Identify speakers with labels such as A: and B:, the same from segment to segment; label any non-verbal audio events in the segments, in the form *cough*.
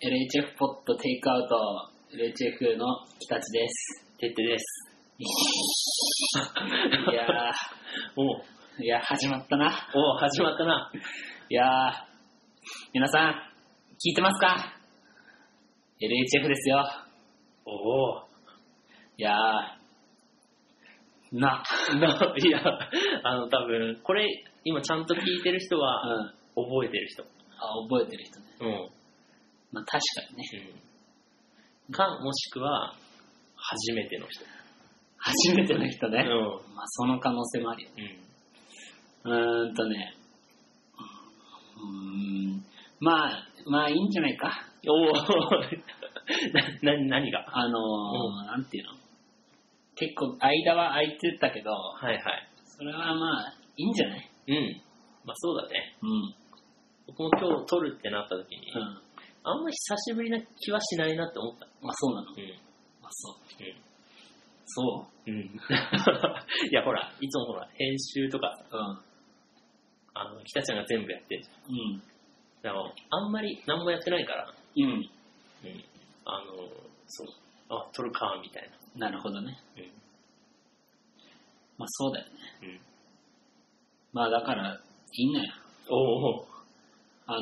A: LHF ポットテイクアウト LHF の北地です。
B: てってです。
A: いや
B: おう
A: ー、いや、始まったな。
B: おう始まったな。
A: いやー、皆さん、聞いてますか ?LHF ですよ。
B: *laughs* おお
A: いやー、な、
B: ないや、あの、多分これ、今ちゃんと聞いてる人
A: うん、
B: は、
A: あ、
B: 覚えてる人。
A: 覚えてる人ね。
B: うん。
A: まあ確かにね、
B: うん。か、もしくは、初めての人。
A: 初めての人ね。
B: うん。
A: まあその可能性もあるよ。
B: うん。
A: うーんとね、うーん、まあ、まあいいんじゃないか。
B: おお *laughs* な、な、何が
A: あのーなんていうの結構間は空いてたけど、
B: はいはい。
A: それはまあ、いいんじゃない
B: うん。まあそうだね。
A: うん。
B: 僕も今日撮るってなった時に、
A: うん。
B: あんま久しぶりな気はしないなって思った。
A: まあそうなの。
B: うん。
A: まあそう。
B: うん。
A: そ
B: うん *laughs* いや、ほら、いつもほら、編集とか、
A: う。
B: あの、北ちゃんが全部やってんじゃん。
A: うん。
B: だから、あんまり何もやってないから、
A: うん。うん。
B: うん。あの、そう、あ、撮るか、みたいな。
A: なるほどね。まあそうだよね。
B: うん。うん。
A: まあだから、いいんだよ。
B: おお
A: あの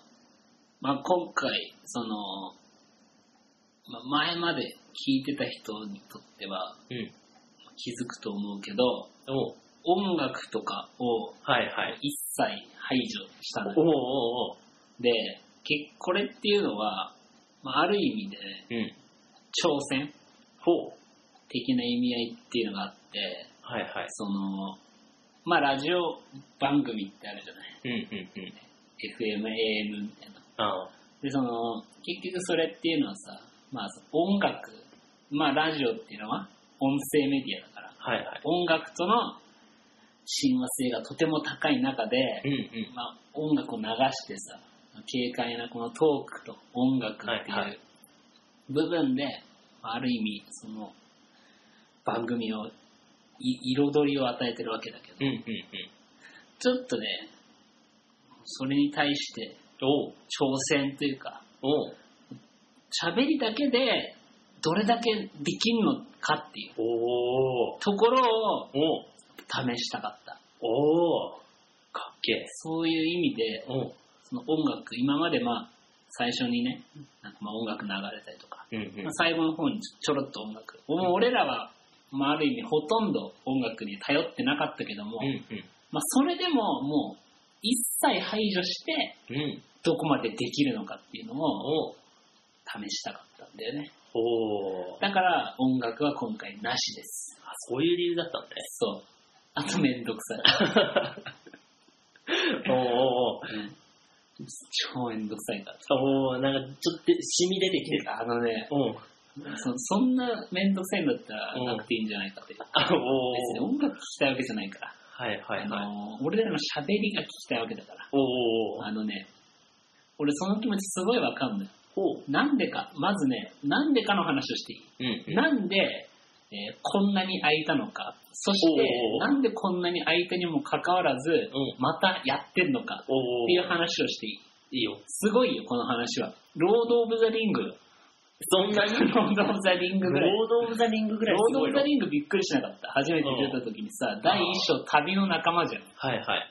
A: ーまあ今回、その、まあ、前まで聞いてた人にとっては
B: うん。
A: 気づくと思うけど、
B: おう
A: 音楽とかを
B: はいはい。
A: 一切排除したのよ
B: おうおうおう
A: で、結これっていうのは、まあ、ある意味で
B: うん。
A: 挑戦
B: ほう。
A: 的な意味合いっていうのがあって、
B: はいはい。
A: その、まあラジオ番組ってあるじゃない
B: うんうんうん。
A: ?FM、AM みたいな。
B: ああ。
A: で、その、結局それっていうのはさ、まあ音楽、まあラジオっていうのは音声メディアだから、
B: はいはい。
A: 音楽との親和性がとても高い中で、
B: うんうん。
A: まあ、音楽を流してさ軽快なこのトークと音楽って
B: はいはいいう
A: 部分で、まあある意味その番組をい彩りを与えてるわけだけど
B: うんうんうん。
A: ちょっとねそれに対して
B: おう
A: 挑戦というか
B: おう
A: 喋りだけでどれだけできんのかっていう
B: おお
A: ところを
B: おう
A: 試したかった
B: おうかっけえ。
A: そういう意味で
B: おう
A: その音楽今までまあ最初にねなんかまあ音楽流れたりとか
B: うん
A: まあ最後の方にちょちょろっと音楽。もう俺らは、まあ、ある意味ほとんど音楽に頼ってなかったけども、
B: うんうん。
A: まあ、それでももう一切排除して
B: うん。
A: どこまでできるのかっていうのを
B: おう
A: 試したかったんだよね。
B: おー
A: だから音楽は今回なしです。
B: あそういう理由だったん
A: そう。あとめんどくさ
B: だね。おーおー
A: い。うん超めんどくさいから。
B: おーおーなんかちょっと染み出てきてた。
A: あのね、
B: おう
A: そそんなめんどくさいんだったら
B: うん
A: なくていいんじゃないかって。
B: あおーお
A: 別に
B: ー
A: 音楽聴きたいわけじゃないから。
B: はいはい
A: あ
B: はい。
A: の俺らの喋りが聞きたいわけだから。
B: おおお
A: あのね、俺その気持ちすごいわかんない。
B: おう
A: なんでか、まずね、なんでかの話をしてい
B: うんうん
A: い。なんで、えーこんなに空いたのか、そして
B: おうおうおう
A: なんでこんなに空いたにもかかわらず、
B: うん
A: またやってんのかっ
B: おお
A: ていう話をしていい。
B: いいよ。
A: すごいよ、この話は。ロード・オブ・ザ・リング。
B: そんなに
A: ロード・オブ・ザ・リングぐらい。
B: ロード・オブ・ザ・リングぐらい
A: ロー
B: す
A: ド・オ
B: ごい
A: ブ・
B: の
A: ザ・リングびっくりしなかった。初めて出た時にさ、第一章旅の仲間じゃん。
B: はいはい。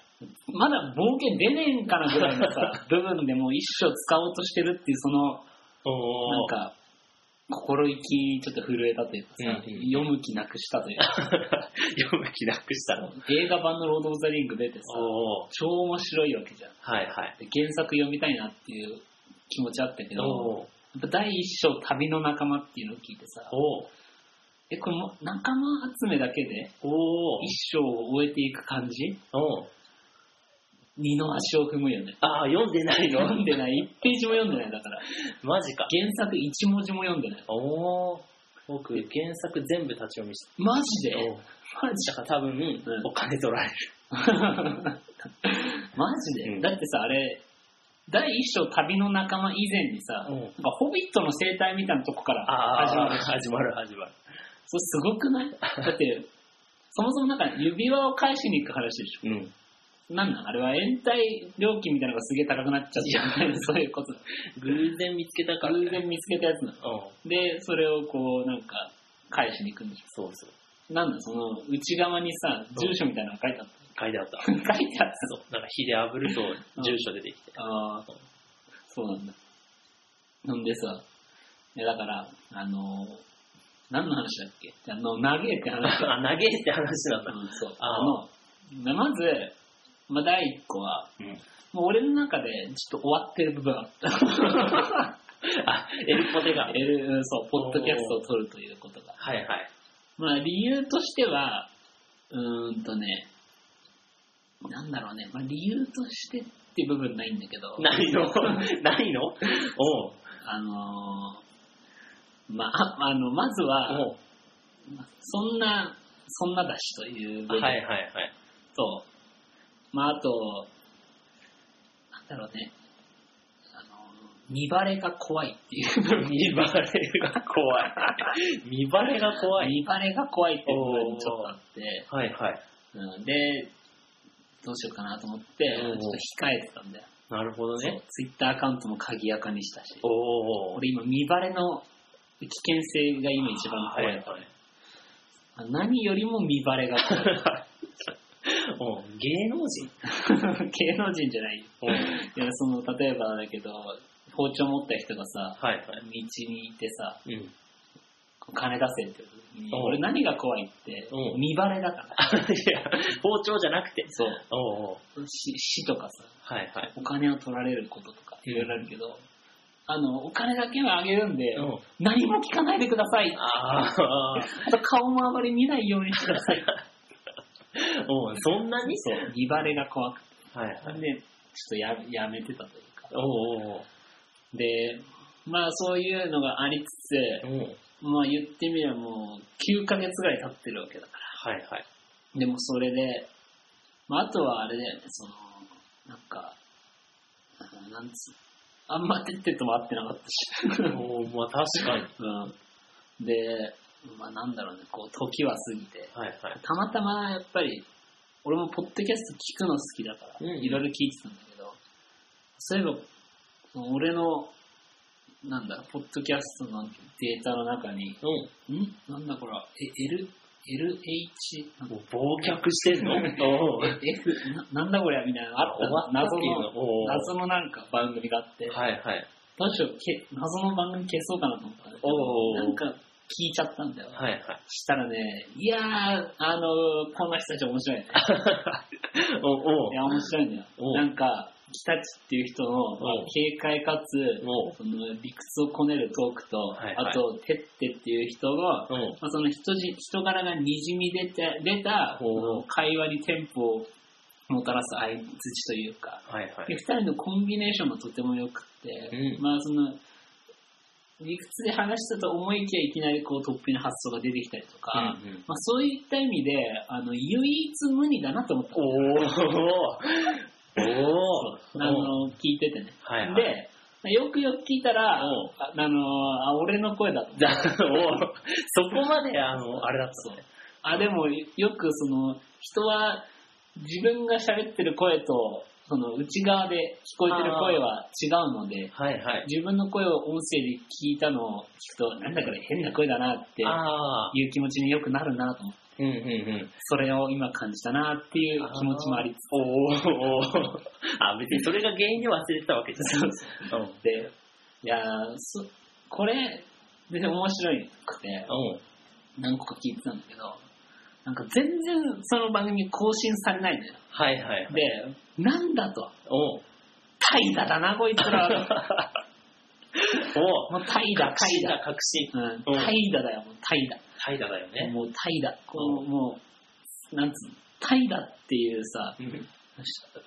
A: まだ冒険出ねえんかなぐらいの
B: *laughs*
A: さ、部分でもう一生使おうとしてるっていう、その、
B: おお
A: なんか、心意気にちょっと震えたというかさ、
B: うんうん
A: 読む気なくしたというか、
B: 読む気なくしたの。
A: 映画版のロード・オブ・ザ・リング出てさ、
B: おお
A: 超面白いわけじゃん。
B: はいはい。
A: で原作読みたいなっていう気持ちあったけど、
B: おお
A: やっぱ第一章旅の仲間っていうのを聞いてさ、
B: お
A: え、これも仲間集めだけで
B: お
A: 一章を終えていく感じ
B: お
A: 二の足を踏むよね。 *laughs*
B: ああ、読んでないの *laughs*
A: 読んでない、1ページも読んでないだから、
B: マジか。
A: 原作1文字も読んでない。
B: おお僕、原作全部立ち読みし
A: マジ
B: て。
A: で
B: お
A: マジ
B: だから多分、
A: ん
B: お金取られる。
A: *laughs* マジで、
B: うん
A: だってさあれ第一章旅の仲間以前にさ、
B: うん
A: なんかホビットの生態みたいなとこから始
B: 始
A: ま
B: ま
A: る
B: る、
A: それ
B: 始まる、始まる。
A: す
B: *laughs*
A: ごくないだってそもそもなんか指輪を返しに行く話でしょ
B: うん。
A: なんなんあれは延滞料金みたいなのがすげえ高くなっちゃった。 *laughs* そういうこと。
B: 偶然見つけたから、
A: 偶
B: ね。
A: 然見つけたやつなの。
B: うん。
A: で、それをこう、なんか、返しに行くんでし
B: そうそう。
A: ょ。なんだ、その、内側にさ、
B: ん
A: 住所みたいなの書 *laughs* いてあっ
B: 書いてあった。
A: た。書いてあっ
B: そう。なんか火で炙ると住所出てきて。
A: た。ああ、そうなんだ。なんでさ、いやだから、あのー、何の話だっけあの、長えって話だよ。
B: あ、投げって話なん *laughs* だ。
A: うんそう。
B: あ
A: あの、ままず、まあ、第一個は、
B: うん。
A: もう俺の中でちょっと終わってる部分あった。 *laughs*
B: あ、エルポテが。はい
A: L うんそう、ポッドキャストを撮るということが。
B: はい。
A: まあ理由としては、うーんとね、なんだろうね、まあ理由としてっていう部分ないんだけど、
B: ない *laughs* のないのおう。
A: あのーまあ、あの、まずは、
B: お
A: そんな、そんなだしという部
B: う。
A: 分
B: はいはいはい。
A: と、まああと、なんだろうね、あの、見バレが怖いっていう部分
B: 見バレが怖い。 *laughs* 見バレが怖い。
A: 見バレが怖いっていう部分にちょっとあって、
B: はいはい。
A: うん、で、どうしようかなと思って、ちょ
B: お
A: っ
B: ー
A: と控えてたんだよ。
B: なるほど
A: そう
B: ね。
A: ツイッターアカウントも鍵やかにしたし、
B: おお。
A: 俺今見バレの危険性が今一番怖い。
B: はいはい
A: 何よりも見バレが怖い。 *laughs*
B: おう芸能人
A: 芸能人じゃないよ。
B: おう
A: いや、その、例えばだけど、包丁持った人がさ、
B: はいは
A: 道にいてさ、
B: い。うん。
A: 金出せって言う時に、
B: お
A: 俺何が怖いって
B: お、
A: 見バレだから。
B: いや、包丁じゃなくて。
A: *laughs* そ
B: おうおう。
A: う。死死とかさ、
B: はいはい。
A: お金を取られることとかいろいろあるけど、あの、お金だけはあげるんで、
B: おう
A: 何も聞かないでください。
B: ああ。
A: あと顔もあまり見ないようにしてください。
B: おうそんなに
A: *laughs* そう、見バレが怖くて。
B: はいは
A: なん
B: い。
A: で、ちょっとややめてたというか。
B: おうおう
A: で、まあそういうのがありつ
B: お
A: つ、
B: うおう
A: まあ言ってみればもう9ヶ月ぐらい経ってるわけだか
B: はいはい。
A: ら。でもそれで、まああとはあれだよね、その、なんか、あのなんつう、あんまてってとも会ってなか *laughs* ったし。
B: おうまあ確かに。
A: うん、で、まあ、なんだろうね、こう、時は過ぎて、
B: はいはい。
A: たまたまやっぱり、俺もポッドキャスト聞くの好きだから、
B: うん
A: いろいろ聞いてたんだけど、そういえば、俺の、なんだろう、ポッドキャストのデータの中に、
B: うん。
A: んなんだこれ、え L、LH、なんだ
B: もう忘却してんのおう
A: F、ななんだこれみたいなのあった
B: 終わったっ
A: 謎
B: ていう
A: の、
B: の。おう
A: 謎のなんか番組があって、
B: はいはい。
A: どうしようけ、謎の番組消そうかなと思ったんだけど
B: おー
A: なんか聞いちゃったんだよ。
B: はいはい。
A: したらね、いやー、あのーこんな人たち面白いね。
B: おうおう
A: いや、面白いんだよ
B: お。う
A: なんか、北地っていう人の、まあ
B: おう
A: 軽快かつ、
B: おう
A: その理屈をこねるトークと、
B: はいはい
A: あと、てってっていう人が、
B: おう
A: まあ、その人じ人柄がにじみ出て出た、
B: おう
A: その会話にテンポをもたらす相づちというか、
B: はいは
A: で
B: い。
A: 二人のコンビネーションもとても良くって、
B: うん
A: まあその理屈で話したと思いきやいきなりこう突飛な発想が出てきたりとか、
B: うんうん
A: まあ、そういった意味であの唯一無二だなと思った
B: おおおお
A: あの聞いててね、
B: はいはい
A: でよくよく聞いたらあ
B: おう
A: あのあ俺の声だと
B: だおうそこまで、あの、あれだった
A: そう
B: ね。
A: あでもよくその人は自分が喋ってる声とその内側で聞こえてる声は違うので
B: はいはい。
A: 自分の声を音声で聞いたのを聞くと、なんだこれ変な声だなって
B: ああ。
A: いう気持ちによくなるなと思って、
B: うんうんうん。
A: それを今感じたなっていう気持ちもありつ
B: おおおあ、別にそれが原因で忘れてたわけじ
A: *laughs*
B: ゃない。うん。うん。
A: つで、いやーそこれ、全然面白くて、何個か聞いてたんだけど、なんか全然その番組更新されないのよ。
B: はいはいはい。
A: で、なんだと、
B: おう
A: 怠惰だな、こいつ *laughs* らは。
B: おう
A: もう怠惰、
B: 確
A: 怠
B: 信だ
A: 惰。、
B: 確信。
A: うん、怠惰だよ、もう怠惰。
B: 怠惰だよね。
A: もう怠惰。こう、もう、なんつうの、怠惰っていうさ、
B: うん。
A: し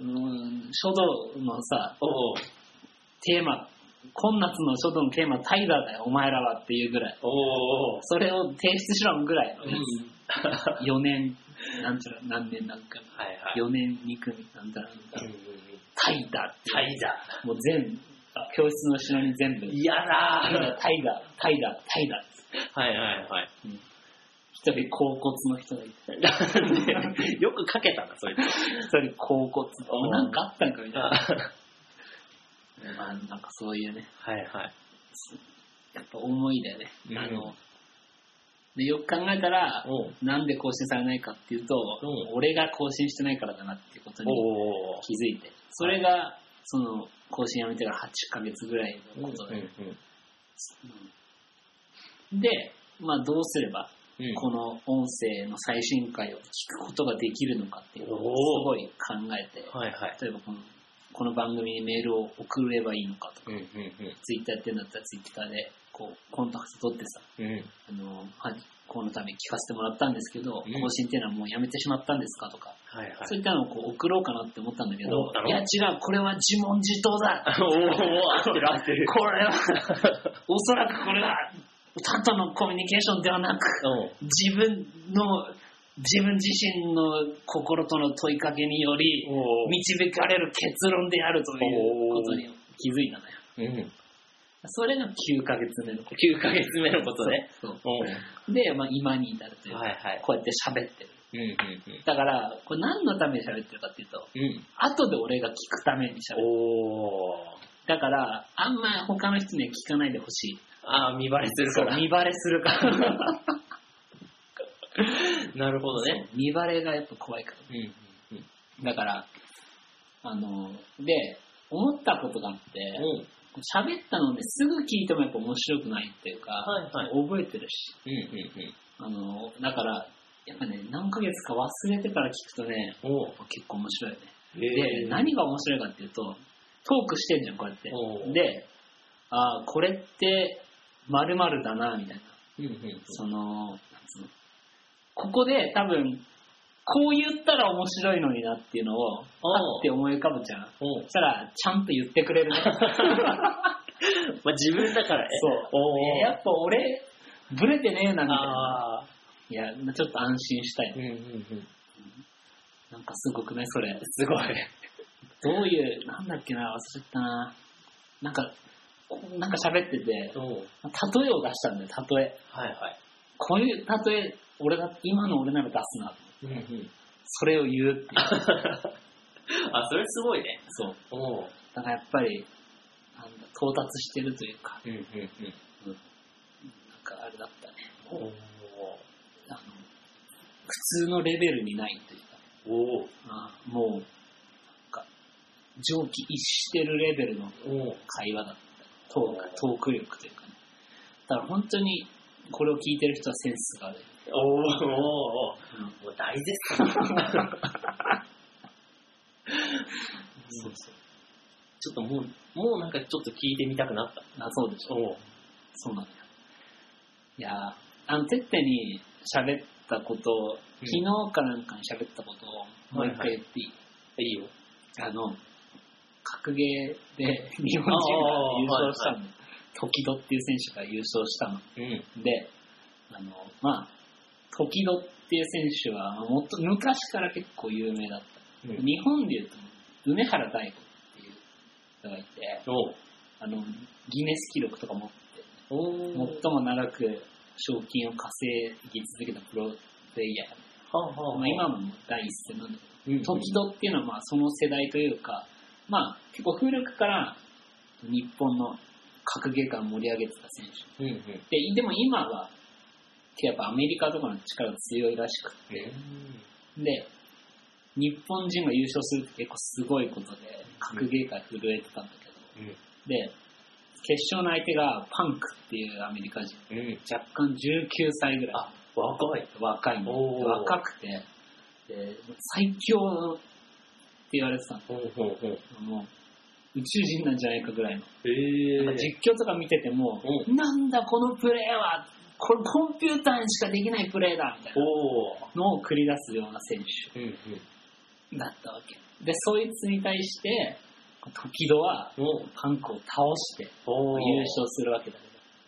A: うん書道のさ、
B: おう
A: テーマ、今夏の書道のテーマ、怠惰だよ、お前らはっていうぐらい。
B: おおお
A: それを提出しろぐらいの
B: うん。は
A: 4年、なんちゃら、何年なんか、
B: いはい。
A: 4年2組、なんちゃら、
B: うんうんうん
A: 怠惰って
B: 怠
A: もう全部、教室の後ろに全部、
B: 惰。
A: 怠
B: 嫌
A: 惰、
B: だ
A: 怠惰、怠惰、怠惰。
B: はいはいはい。
A: うん一一人甲骨の人がいて、
B: よく書けたな、それで。
A: 一人甲骨。
B: うん
A: おなんかあったんかみたい
B: あ
A: な。
B: は
A: まあ、なんかそういうね、
B: いはい。
A: やっぱ思いだよね。
B: うん
A: あの、で、よく考えたら、
B: おう
A: なんで更新されないかっていうと、
B: うん
A: 俺が更新してないからだなっていうことに
B: おう
A: 気づいて、それが、その、更新やめてから8ヶ月ぐらい
B: うん
A: の
B: う
A: ことで、
B: ん
A: うんで、まあどうすれば、
B: うん
A: この音声の最新回を聞くことができるのかっていうのをすごい考えて、
B: はいはい。
A: 例えばこの、この番組にメールを送ればいいのかとか、
B: うんうん
A: ツイッターやってんだったらツイッターで、こう、コンタクト取ってさ、
B: うん。うん。
A: あの、はい、このために聞かせてもらったんですけど、
B: うん
A: 更新っていうのはもうやめてしまったんですかとか、
B: はいはい。
A: そういったのをこう送ろうかなって思ったんだけ
B: 思
A: ど
B: った、の
A: いや違う、これは自問自答だ
B: *laughs* おお合ってる合ってる。
A: これは、 *laughs* おそらくこれは、他とのコミュニケーションではなく、
B: うん。
A: 自分の、自分自身の心との問いかけにより、
B: お
A: 導かれる結論であるということに気づいたのよ。
B: うん。
A: それが9ヶ月目のこと。
B: 9ヶ月目のことね。
A: そう
B: おう
A: で、まあ、今に至るというか、
B: はいはい。
A: こうやって喋ってる。
B: うんうん
A: だから、これ何のために喋ってるかっていうと、
B: うん。うん。
A: 後で俺が聞くために喋る。
B: おー。
A: だから、あんま他の人には聞かないでほしい。
B: ああ、見バレするか
A: *laughs* そう
B: ら。
A: 見バレするから。
B: なるほどね。
A: 見バレがやっぱ怖いか
B: うんうん
A: ら。だから、あの、で、思ったことがあって、
B: うん。うん。
A: 喋ったのですぐ聞いてもやっぱ面白くないっていうか、
B: はいはい
A: 覚えてるし、
B: うんうん
A: あの、だから、やっぱね、何ヶ月か忘れてから聞くとね、
B: うん。おう。
A: 結構面白いよね。
B: え
A: で、何が面白いかっていうと、トークしてんじゃん、こうやって
B: おう。
A: で、ああ、これって、〇〇だな、みたいな。
B: うんうん。
A: その、なんつうの。ここで多分、こう言ったら面白いのになっていうのを、パ
B: おう
A: ッて思い浮かぶじゃん。
B: おう
A: そ。したら、ちゃんと言ってくれる
B: *laughs*
A: ね。
B: まあ、自分だからね。
A: そう。え
B: お
A: や
B: ー。
A: っぱ俺、ブレてねえな、み
B: ああ。
A: たいな。いや、ちょっと安心したい。
B: うんうんうん。
A: なんかすごくね、それ。
B: すごい。
A: どういう、なんだっけな、忘れたな。なんか、こうなんか喋ってて、例え
B: おう。
A: を出したんだよ、例え。
B: はいはい。
A: こういう例え、俺だ、今の俺なら出すな。
B: うんうん。
A: それを言うっていう。
B: あ、それすごいね。
A: そう。
B: おう。
A: だからやっぱり、なんだ、到達してるというか、
B: うんうんうん。
A: なんかあれだったね。
B: お
A: あの、普通のレベルにないというか、
B: おお
A: あもう、なんか、上気一してるレベルの
B: おう
A: 会話だった。トーク、トーク力というかね。だから本当に、これを聞いてる人はセンスがある。
B: おーおーもう大絶賛。 *laughs*
A: そうそう。
B: ちょっともう、もうなんかちょっと聞いてみたくなった。
A: あ、そうでしょ。
B: おう
A: そうなんだよ。いやーあの、てってに喋ったことを、
B: うん
A: 昨日かなんかに喋ったことを、もう一回言っていい、
B: いいよ。
A: あの、格ゲーで日本人が優勝したの。時戸っていう選手が優勝したの。
B: うん。
A: で、あの、まあ、時戸っていう選手は、もっと昔から結構有名だった。
B: うん、
A: 日本でいうと、梅原大吾っていう人がいて、
B: おう
A: あの、ギネス記録とか持ってて、
B: お
A: 最
B: お
A: も長く賞金を稼ぎ続けたプロプレイヤー。
B: はあはあ
A: まあ、今も第一線なんだけ
B: うん、
A: ど、時々っていうのはまあその世代というか、まあ結構古くから日本の格ゲー界を盛り上げてた選手。
B: うんうん。
A: で、でも今は、やっぱアメリカとかの力が強いらしく
B: え
A: て、で、日本人が優勝するって結構すごいことで、格ゲー界震えてたんだけど、
B: うん。
A: で、決勝の相手がパンクっていうアメリカ人。
B: うん。
A: 若干19歳ぐらい。
B: あ、若い。
A: 若い
B: お
A: の。
B: ー
A: 若くて、で最強って言われてた
B: ほうほうほう。
A: の。もう、宇宙人なんじゃないかぐらいの。
B: ええ
A: なんか実況とか見てても、
B: う
A: なんだこのプレーは、これコンピューターにしかできないプレーだみたいな
B: おお。
A: のを繰り出すような選手
B: うんうん。
A: だったわけ。で、そいつに対して、時戸は
B: おう
A: パンクを倒して優
B: おう
A: 勝するわけだ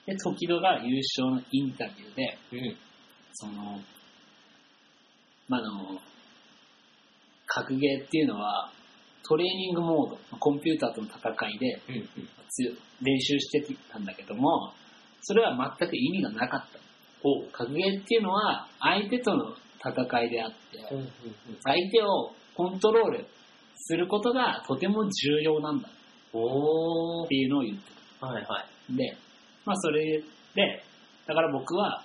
A: けど。で、時戸が優勝のインタビューで、
B: うん。
A: その、まあ、あの、格ゲーっていうのは、トレーニングモード、コンピューターとの戦いで
B: うんうん。
A: つ練習してきたんだけども、それは全く意味がなかった。
B: おう
A: 格ゲーっていうのは、相手との戦いであって、
B: うんうんうん。
A: 相手をコントロールすることがとても重要なんだっ
B: おー
A: ていうのを言って
B: はいはい。
A: るんで、まあそれで、だから僕は、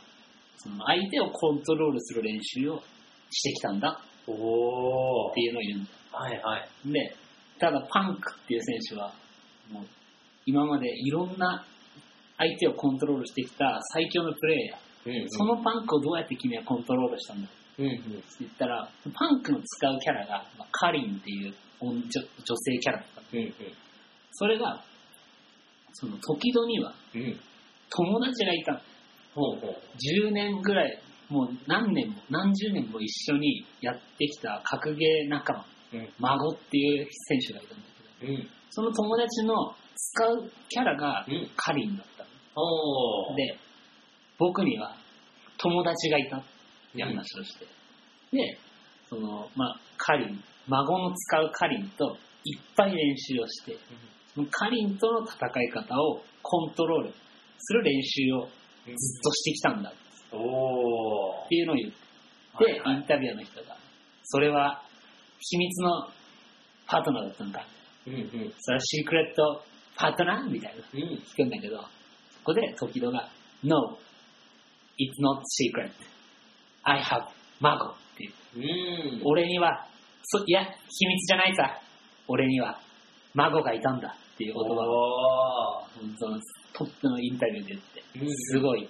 A: その相手をコントロールする練習をしてきたんだ
B: おー
A: っていうのを言うんだ。
B: はいはい。
A: で、ただパンクっていう選手は、もう今までいろんな相手をコントロールしてきた最強のプレイヤー、
B: うんうん
A: そのパンクをどうやって君はコントロールしたんだ
B: うんうん。
A: って言ったら、パンクの使うキャラが、まあカリンっていう女女性キャラだった
B: うん
A: それが、その時々には
B: うん。うん。
A: 友達がいたの
B: ほうほう。
A: 10年ぐらい、もう何年も何十年も一緒にやってきた格ゲー仲間、
B: うん。
A: 孫っていう選手がいたんだけど、
B: うん。
A: その友達の使うキャラが
B: うん。
A: カリンだった
B: お
A: の。
B: ー。
A: で、僕には友達がいたって
B: うん
A: 話をして。で、その、まあ、カリン、孫の使うカリンといっぱい練習をして、そのカリンとの戦い方をコントロールする練習を
B: うん
A: ずっとしてきたんだっ
B: おー。
A: ていうのを言って、
B: はいはい
A: インタビュアーの人が、それは秘密のパートナーだったのか、
B: うんうん。
A: それはシークレットパートナーみたいな
B: うん。
A: 聞くんだけど、そこで時戸が、No, it's not secret. I have Mago っていう。
B: うん。
A: 俺には、そいや、秘密じゃないさ。俺には、孫がいたんだっていう言葉を
B: お
A: そのトップのインタビューで言っ
B: う
A: て、
B: ん
A: すごいいい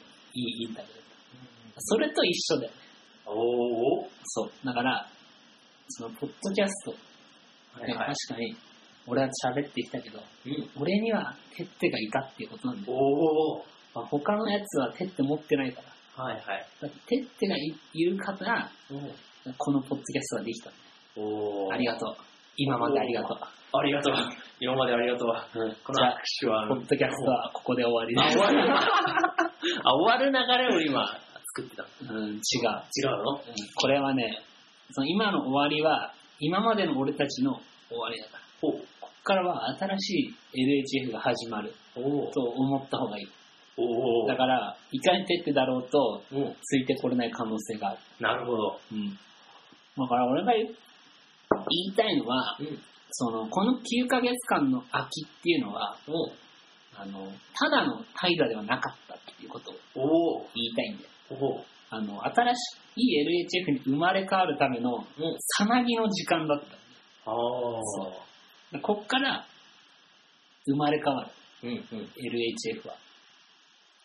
A: インタビューだった。それと一緒だよね。
B: ー。おー。
A: そう。だから、そのポッドキャスト、
B: は
A: ね
B: いはい。
A: 確かに、俺は喋ってきたけど、
B: うん。
A: 俺にはテッテがいたっていうことなんだよ。
B: おー。
A: まあ、他のやつはテッテ持ってないから。
B: はいはい。
A: だってテッテがいいるから、このポッドキャストができた。
B: おー。
A: ありがとう。今までありがとう。
B: う。ありがとう。今までありがとう。この
A: じゃ
B: 握
A: あ
B: 手は。
A: ポッドキャストはここで終わりで
B: あ、
A: す
B: 終。わる。 *laughs* あ、終わる流れを今、作ってた。
A: うん、違う。
B: 違うの
A: うんこれはね、その今の終わりは、今までの俺たちの終わりだから。
B: ほ
A: こっからは新しい LHF が始まる
B: お
A: と思った方がいい。
B: お
A: だから、いかにてってだろうと、
B: お
A: ついてこれない可能性がある。
B: なるほど。
A: うん。だから俺が言う言いたいのは、
B: うん。
A: その、この9ヶ月間の空きっていうのは、あの、ただの怠惰ではなかったっていうことを
B: おお
A: 言いたいんだよ。
B: おお
A: あの、新しい LHF に生まれ変わるための、
B: うん。
A: さなぎの時間だった。
B: ああ。
A: でこっから生まれ変わる、
B: う。うんうん。
A: LHF は。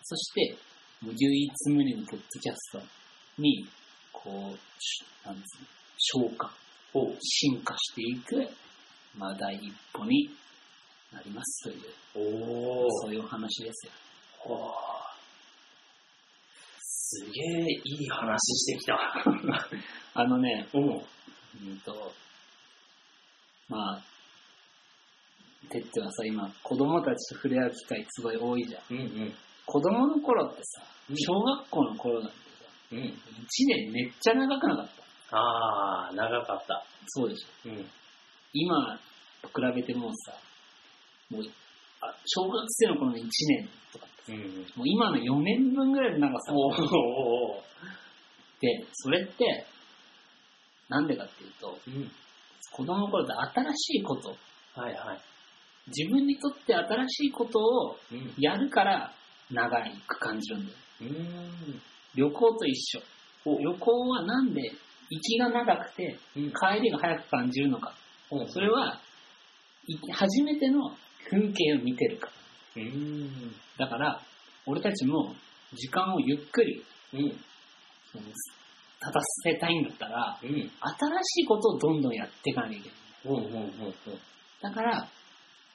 A: そして、もう唯一無二のポッドキャストに、こう、しなんですね、昇華、
B: お
A: 進化していく、まあ、第一歩になりますという、
B: おお
A: そういうお話ですよ。
B: すげえいい話してきた。
A: *laughs* あのね、
B: おお
A: うんと、まあ、てってはさ、今、子供たちと触れ合う機会すごい多いじゃん。
B: うんうん。
A: 子供の頃ってさ
B: う、ん
A: 小学校の頃なんてさ、
B: うん。
A: 1年めっちゃ長くなかった。
B: ああ、長かった。
A: そうでしょ。
B: うん。
A: 今と比べてもうさ、もう、あ小学生の頃の1年とか、
B: うん。
A: もう今の4年分ぐらいの長さ
B: お *laughs* お
A: で、それって、なんでかっていうと、
B: うん。
A: 子供の頃って新しいこと、
B: はいはい。
A: 自分にとって新しいことを
B: うん。
A: やるから長いく感じるんだよ。
B: うん。
A: 旅行と一緒。旅行はなんで行きが長くて
B: うん。
A: 帰りが早く感じるのか。それは、い初めての風景を見てるから。
B: うん。
A: だから、俺たちも時間をゆっくり、
B: うん。
A: その立たせたいんだったら、
B: うん。
A: 新しいことをどんどんやっていかなきゃいけない。
B: うんうんうん
A: だから、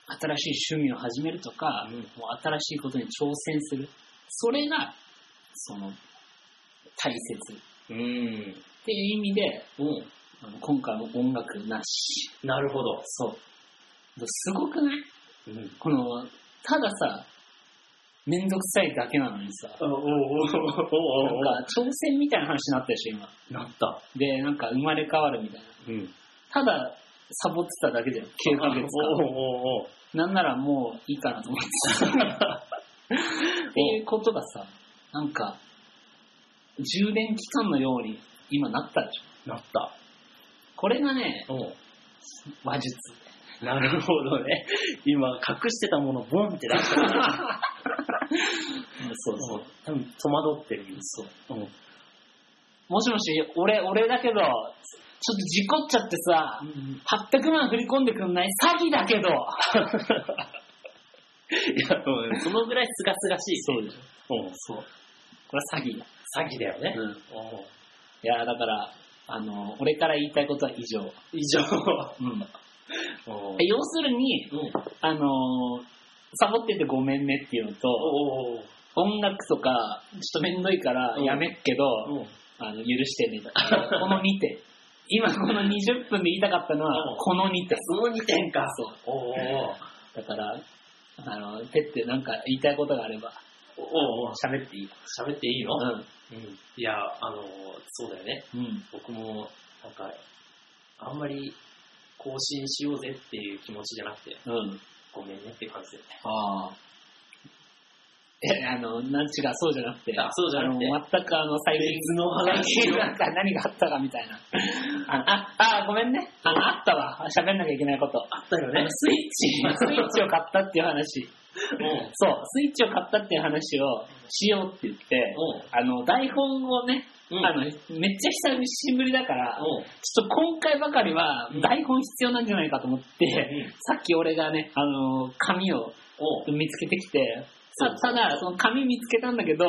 A: 新しい趣味を始めるとか、
B: うん
A: もう新しいことに挑戦する。それが、その、大切っ
B: うん。うん。
A: ていう意味で、
B: うん。
A: あの今回も音楽なし。
B: なるほど。
A: そう。すごくない
B: うん。
A: この、たださ、めんどくさいだけなのにさ、
B: おおお
A: な
B: お
A: んか挑戦みたいな話になったでしょ、今。
B: なった。
A: で、なんか生まれ変わるみたいな。
B: うん。
A: ただ、サボってただけだよ、9ヶ月
B: お
A: 間。
B: おお
A: なんならもういいかなと思ってた。っていうことがさ、なんか、充電期間のように今なったでしょ。
B: なった。
A: これがね、
B: おう
A: 話術。
B: なるほどね。今、隠してたものボンって出した。
A: そうそう。
B: 多分戸惑ってる。
A: そう。
B: うん。
A: もしもし、俺、俺だけど、ちょっと事故っちゃってさ、800万振り込んでくんない詐欺だけど。
B: いや、うんそのぐらいすがすがしい。
A: そうでしょ。
B: うん。
A: そう。これは詐欺だ。
B: 詐欺だよね。
A: うんいやーだから、あの、俺から言いたいことは以上。
B: 以上。
A: うん。
B: お
A: 要するに、あのーサボっててごめんねっていうのと、
B: おー
A: 音楽とか、ちょっとめんどいから
B: うん
A: やめっけど、
B: うん
A: あの許してねってい
B: *laughs*
A: う。この2点。今この20分で言いたかったの
B: うん
A: は、この2点。
B: その2点か。
A: そう。
B: おお
A: だから、あの、てってなんか言いたいことがあれば、
B: おお
A: 喋っていい
B: 喋っていいの
A: うん。
B: うん。いや、あの、そうだよね。
A: うん。
B: 僕も、なんか、あんまり更新しようぜっていう気持ちじゃなくて、
A: うん。
B: ごめんねって感じだよね。
A: ああ。え、あの、なん違う、そうじゃなくて。
B: あそうじゃなくて
A: あの全くあの、最近。
B: 別の話を
A: なんか何があったかみたいな。あ、あ、あごめんね。あの、あったわ。喋んなきゃいけないこと。
B: あったよ
A: あのスイッチ、スイッチを買ったっていう話。
B: うん。
A: そう、スイッチを買ったっていう話をしようって言って、あの、台本をね、
B: うん
A: あの、めっちゃ久しぶりだから、
B: おう
A: ちょっと今回ばかりは
B: うん
A: 台本必要なんじゃないかと思って、
B: うん
A: さっき俺がね、あのー紙を
B: おう
A: 見つけてきて、
B: う
A: たた
B: ん
A: だ、その紙見つけたんだけど、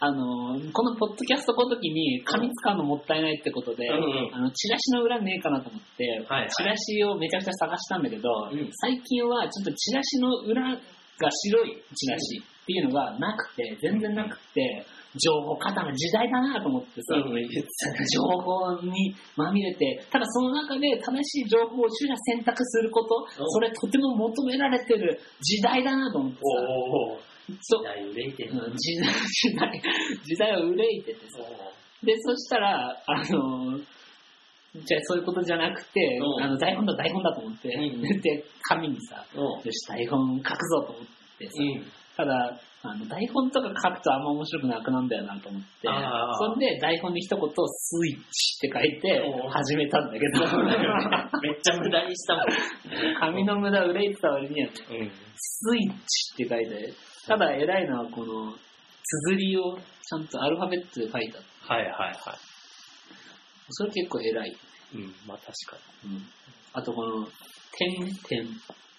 A: あのーこのポッドキャストごときに紙使うのもったいないってことで、
B: うんうん
A: あのチラシの裏ねえかなと思って、
B: はいはい
A: チラシをめちゃくちゃ探したんだけど、
B: うん
A: 最近はちょっとチラシの裏が白いチラシっていうのがなくて、全然なくて、情報過多な時代だなと思ってさ、
B: うん言ってたね
A: 情報にまみれて、ただその中で正しい情報を取捨選択すること
B: う、ん
A: それとても求められてる時代だなと思ってさ、
B: おうおうおう
A: そう
B: 大憂いてる
A: うん時代、時代、時代を憂いててさ。で、そしたら、あのーじゃあそういうことじゃなくて、
B: うん
A: あの台本だ台本だと思って、
B: うん
A: で、紙にさ、
B: おお
A: よし台本書くぞと思ってさ、
B: うん。
A: ただあの台本とか書くとあんま面白くなくなんだよなと思って
B: あー
A: そんで台本に一言「スイッチ」って書い
B: お
A: て
B: う
A: 始めたんだけ
B: そうだよ
A: ど
B: ねめっちゃ無駄にしたもん。 *laughs*
A: 紙の無駄憂いてた割にはね
B: うん。
A: 「スイッチ」って書いてただ偉いのはこの綴りをちゃんとアルファベットで書いた
B: はいはいは
A: それ結構偉い、
B: い。うん、まあ確か
A: うん、あとこの点点
B: に。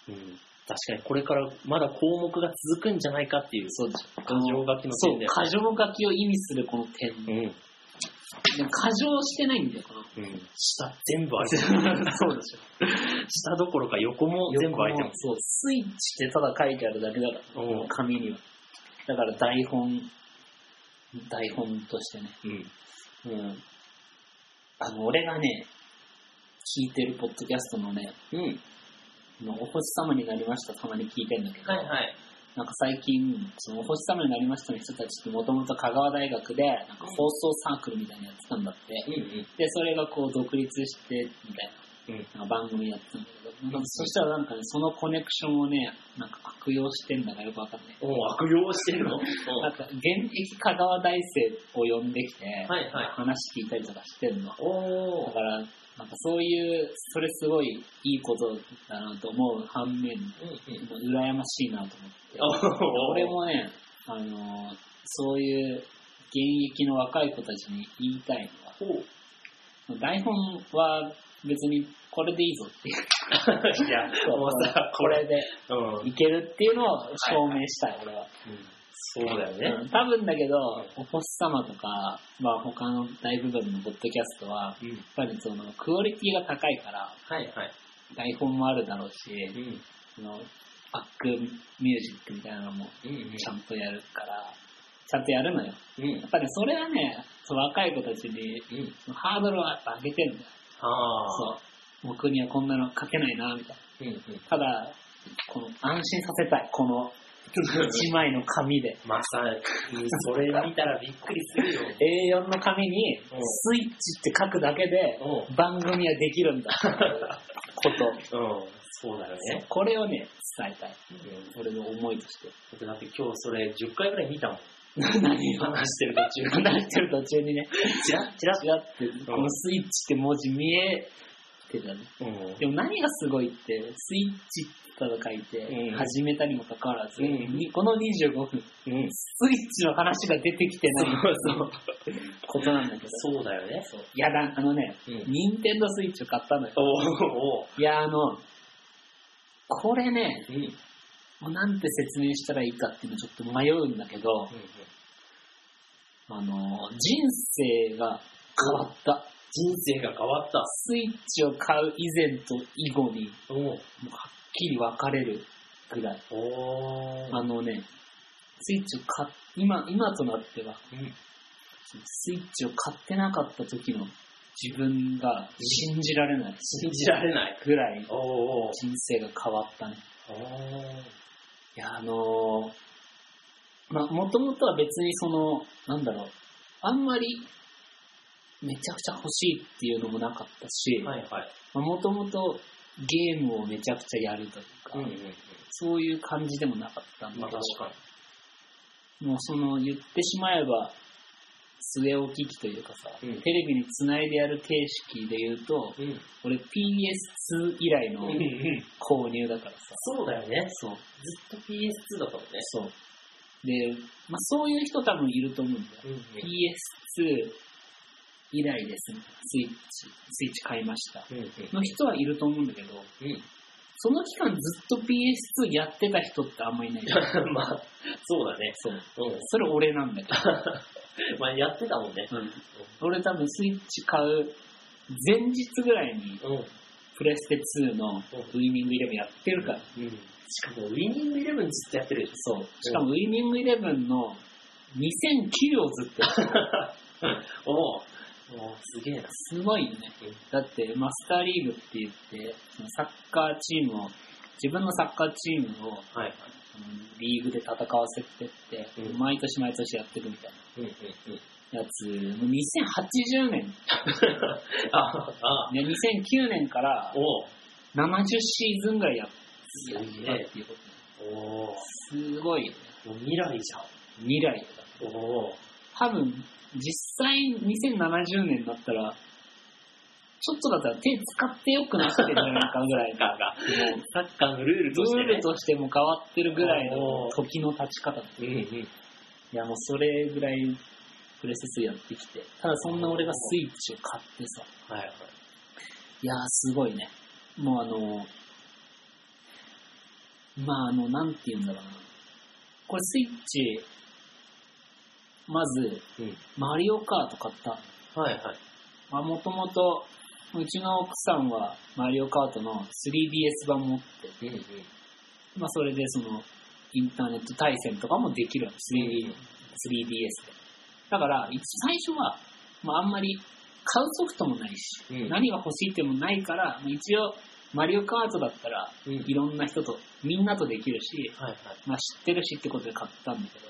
B: うん。確かにこれからまだ項目が続くんじゃないかっていう、
A: そうでしょ
B: 過剰書きの
A: そう
B: 点だよ
A: 過剰書きを意味するこの点で
B: ね。
A: も過剰してないんだよこの
B: うん。うん。下全部開いてる。
A: そうでしょ
B: *laughs* 下どころか横も全部開いてます。
A: そう、スイッチってただ書いてあるだけだから、
B: うん
A: 紙には。だから台本、台本としてね。
B: うん。
A: うん。あの、俺がね、聞いてるポッドキャストのね、
B: うん。
A: あのお星様になりました、たまに聞いてんだけど、
B: はいはい。
A: なんか最近、そのお星様になりましたの人たちってもともと香川大学で、なんか放送サークルみたいなのやってたんだって、
B: うん
A: で、それがこう独立して、みたいな。
B: うん。うん。
A: なんか番組やってたんだけど、なんかそしたらなんかね、そのコネクションをね、なんか悪用してんだかよくわかんない。
B: おう悪用してるのうん
A: なんか、現役香川大生を呼んできて、
B: はいはい
A: 話聞いたりとかしてんの。だ
B: おー
A: から、なんかそういう、それすごいいいことだなと思う反面、
B: うんうん。
A: 羨ましいなと思って。
B: お
A: 俺もね、あのーそういう現役の若い子たちに言いたいのは、
B: おう
A: 台本は別にこれでいいぞっていう。
B: いや、もうさ、
A: *laughs* これで
B: うん。
A: いけるっていうのを証明したい、俺は。
B: そうだよね。
A: うん多分だけど、お星様とか、まあ他の大部分のポッドキャストは、
B: うん。
A: やっぱりそのクオリティが高いから、
B: はいはい。
A: 台本もあるだろうし、
B: うん。
A: そのバックミュージックみたいなのも
B: うん。
A: ちゃんとやるから、ちゃんとやるのよ。
B: うん
A: や。っぱりそれはね、その若い子たちに
B: うん。
A: そのハードルをやっぱ上げてるんだよ。
B: ああ。
A: そう。僕にはこんなの書けないな、みたいな。
B: うん。うん。
A: ただ、この安心させたい、この一枚の紙で。
B: まさに、それ見たらびっくりする *laughs* よ。
A: A4 の紙に
B: うん
A: スイッチって書くだけで
B: う
A: 番組はできるんだっていうこと。
B: うん。そうだよね。
A: これをね、伝えたい。
B: うん。
A: 俺の思いとして。
B: だって今日それ10回ぐらい見たもん。
A: *laughs* 何を
B: 話してる途中
A: 話してる途中にね、
B: ちらっ
A: チラチラって、このスイッチって文字見えてたね。
B: うん
A: でも何がすごいって、スイッチって書いて
B: う、ん
A: 始めたにもかかわらず、
B: うん
A: にこの25分、
B: うん
A: スイッチの話が出てきてない
B: *laughs* そう
A: ことなんだけど。
B: そうだよね
A: そういやだ、あのね、
B: うん
A: 任天堂スイッチを買ったのよ。
B: おお
A: いや、あの、これね、
B: うんうん
A: なんて説明したらいいかっていうのちょっと迷うんだけど、あの、人生が変わった。
B: 人生が変わった
A: スイッチを買う以前と以後に、
B: お
A: もうはっきり分かれるぐらい。
B: お
A: あのね、スイッチを買っ、今、今となっては、
B: うん
A: スイッチを買ってなかった時の自分が信じられない。
B: 信じられない
A: ぐらい
B: おおお
A: 人生が変わったね。
B: ー
A: いや、あのーまあ、もともとは別にその、なんだろう、あんまり、めちゃくちゃ欲しいっていうのもなかったし、
B: はいはい
A: もともとゲームをめちゃくちゃやるというか、
B: うん
A: そういう感じでもなかったんだ
B: まあ
A: けど、
B: 確か
A: もうその言ってしまえば、末置き機というかさ、
B: うん
A: テレビにつないでやる形式で言うと、
B: にうん
A: 俺 PS2 以来の
B: うん
A: 購入だからさ、
B: そうだよね
A: そう、
B: ずっと PS2 だったもんね
A: そう。で、まあそういう人多分いると思うんだよ。
B: うん
A: PS2 以来ですね、スイッチ、スイッチ買いました。
B: うんうん
A: の人はいると思うんだけど、
B: う
A: その期間ずっと PS2 やってた人ってあんま
B: *laughs*
A: いない。
B: ん *laughs* まあそうだね
A: そう。
B: うん
A: それ俺なんだけ
B: まあやってたもんね
A: ど。俺多分スイッチ買う前日ぐらいに
B: うん
A: プレステ2のウイニングイレブンやってるから。
B: うんしかもウィニングイレブンずっとやってるでし
A: そう。しかもウイニングイレブンの2009をずっとやってる。
B: ょおおおーすげえな
A: すごいよね。だって、マスターリーグって言って、そのサッカーチームを、自分のサッカーチームを、
B: はいはい
A: そのリーグで戦わせてって、
B: うん
A: 毎年毎年やっていくみたい
B: うんうんうん
A: なやつ、もう2080年、ね、
B: ああ
A: 2009年から
B: お
A: 70シーズンぐらいやっ
B: す
A: やっ
B: げ
A: たっ
B: え
A: ていうこ
B: おお
A: とねすごいよね。
B: もう未来じ
A: 未来だ。
B: ゃんおお
A: 多分、実際2070年だったら、ちょっとだったら手使ってよくなってるんじゃないかぐらい
B: サッカーがサッカーのルールとして
A: ルー
B: ね
A: ルとしても変わってるぐらいの
B: おー
A: 時の経ち方
B: うんうん
A: いやもうそれぐらいプレス2やってきてただそんな俺がスイッチを買ってさ
B: はいはい
A: いやーすごいねもうあのまああのなんて言うんだろうなこれスイッチまず
B: うん
A: マリオカート買ったの
B: はいはい
A: まあもともとうちの奥さんはマリオカートの 3DS 版持ってて
B: うんうん
A: まあ、それでそのインターネット対戦とかもできるわけ 3D
B: う
A: 3DS
B: ん
A: で。だから、一最初は、まあ、あんまり買うソフトもないし、
B: うん
A: 何が欲しいってもないから、まあ一応、マリオカートだったら
B: うん
A: いろんな人と、みんなとできるし、
B: はいはい
A: まあ、知ってるしってことで買ったんだけど、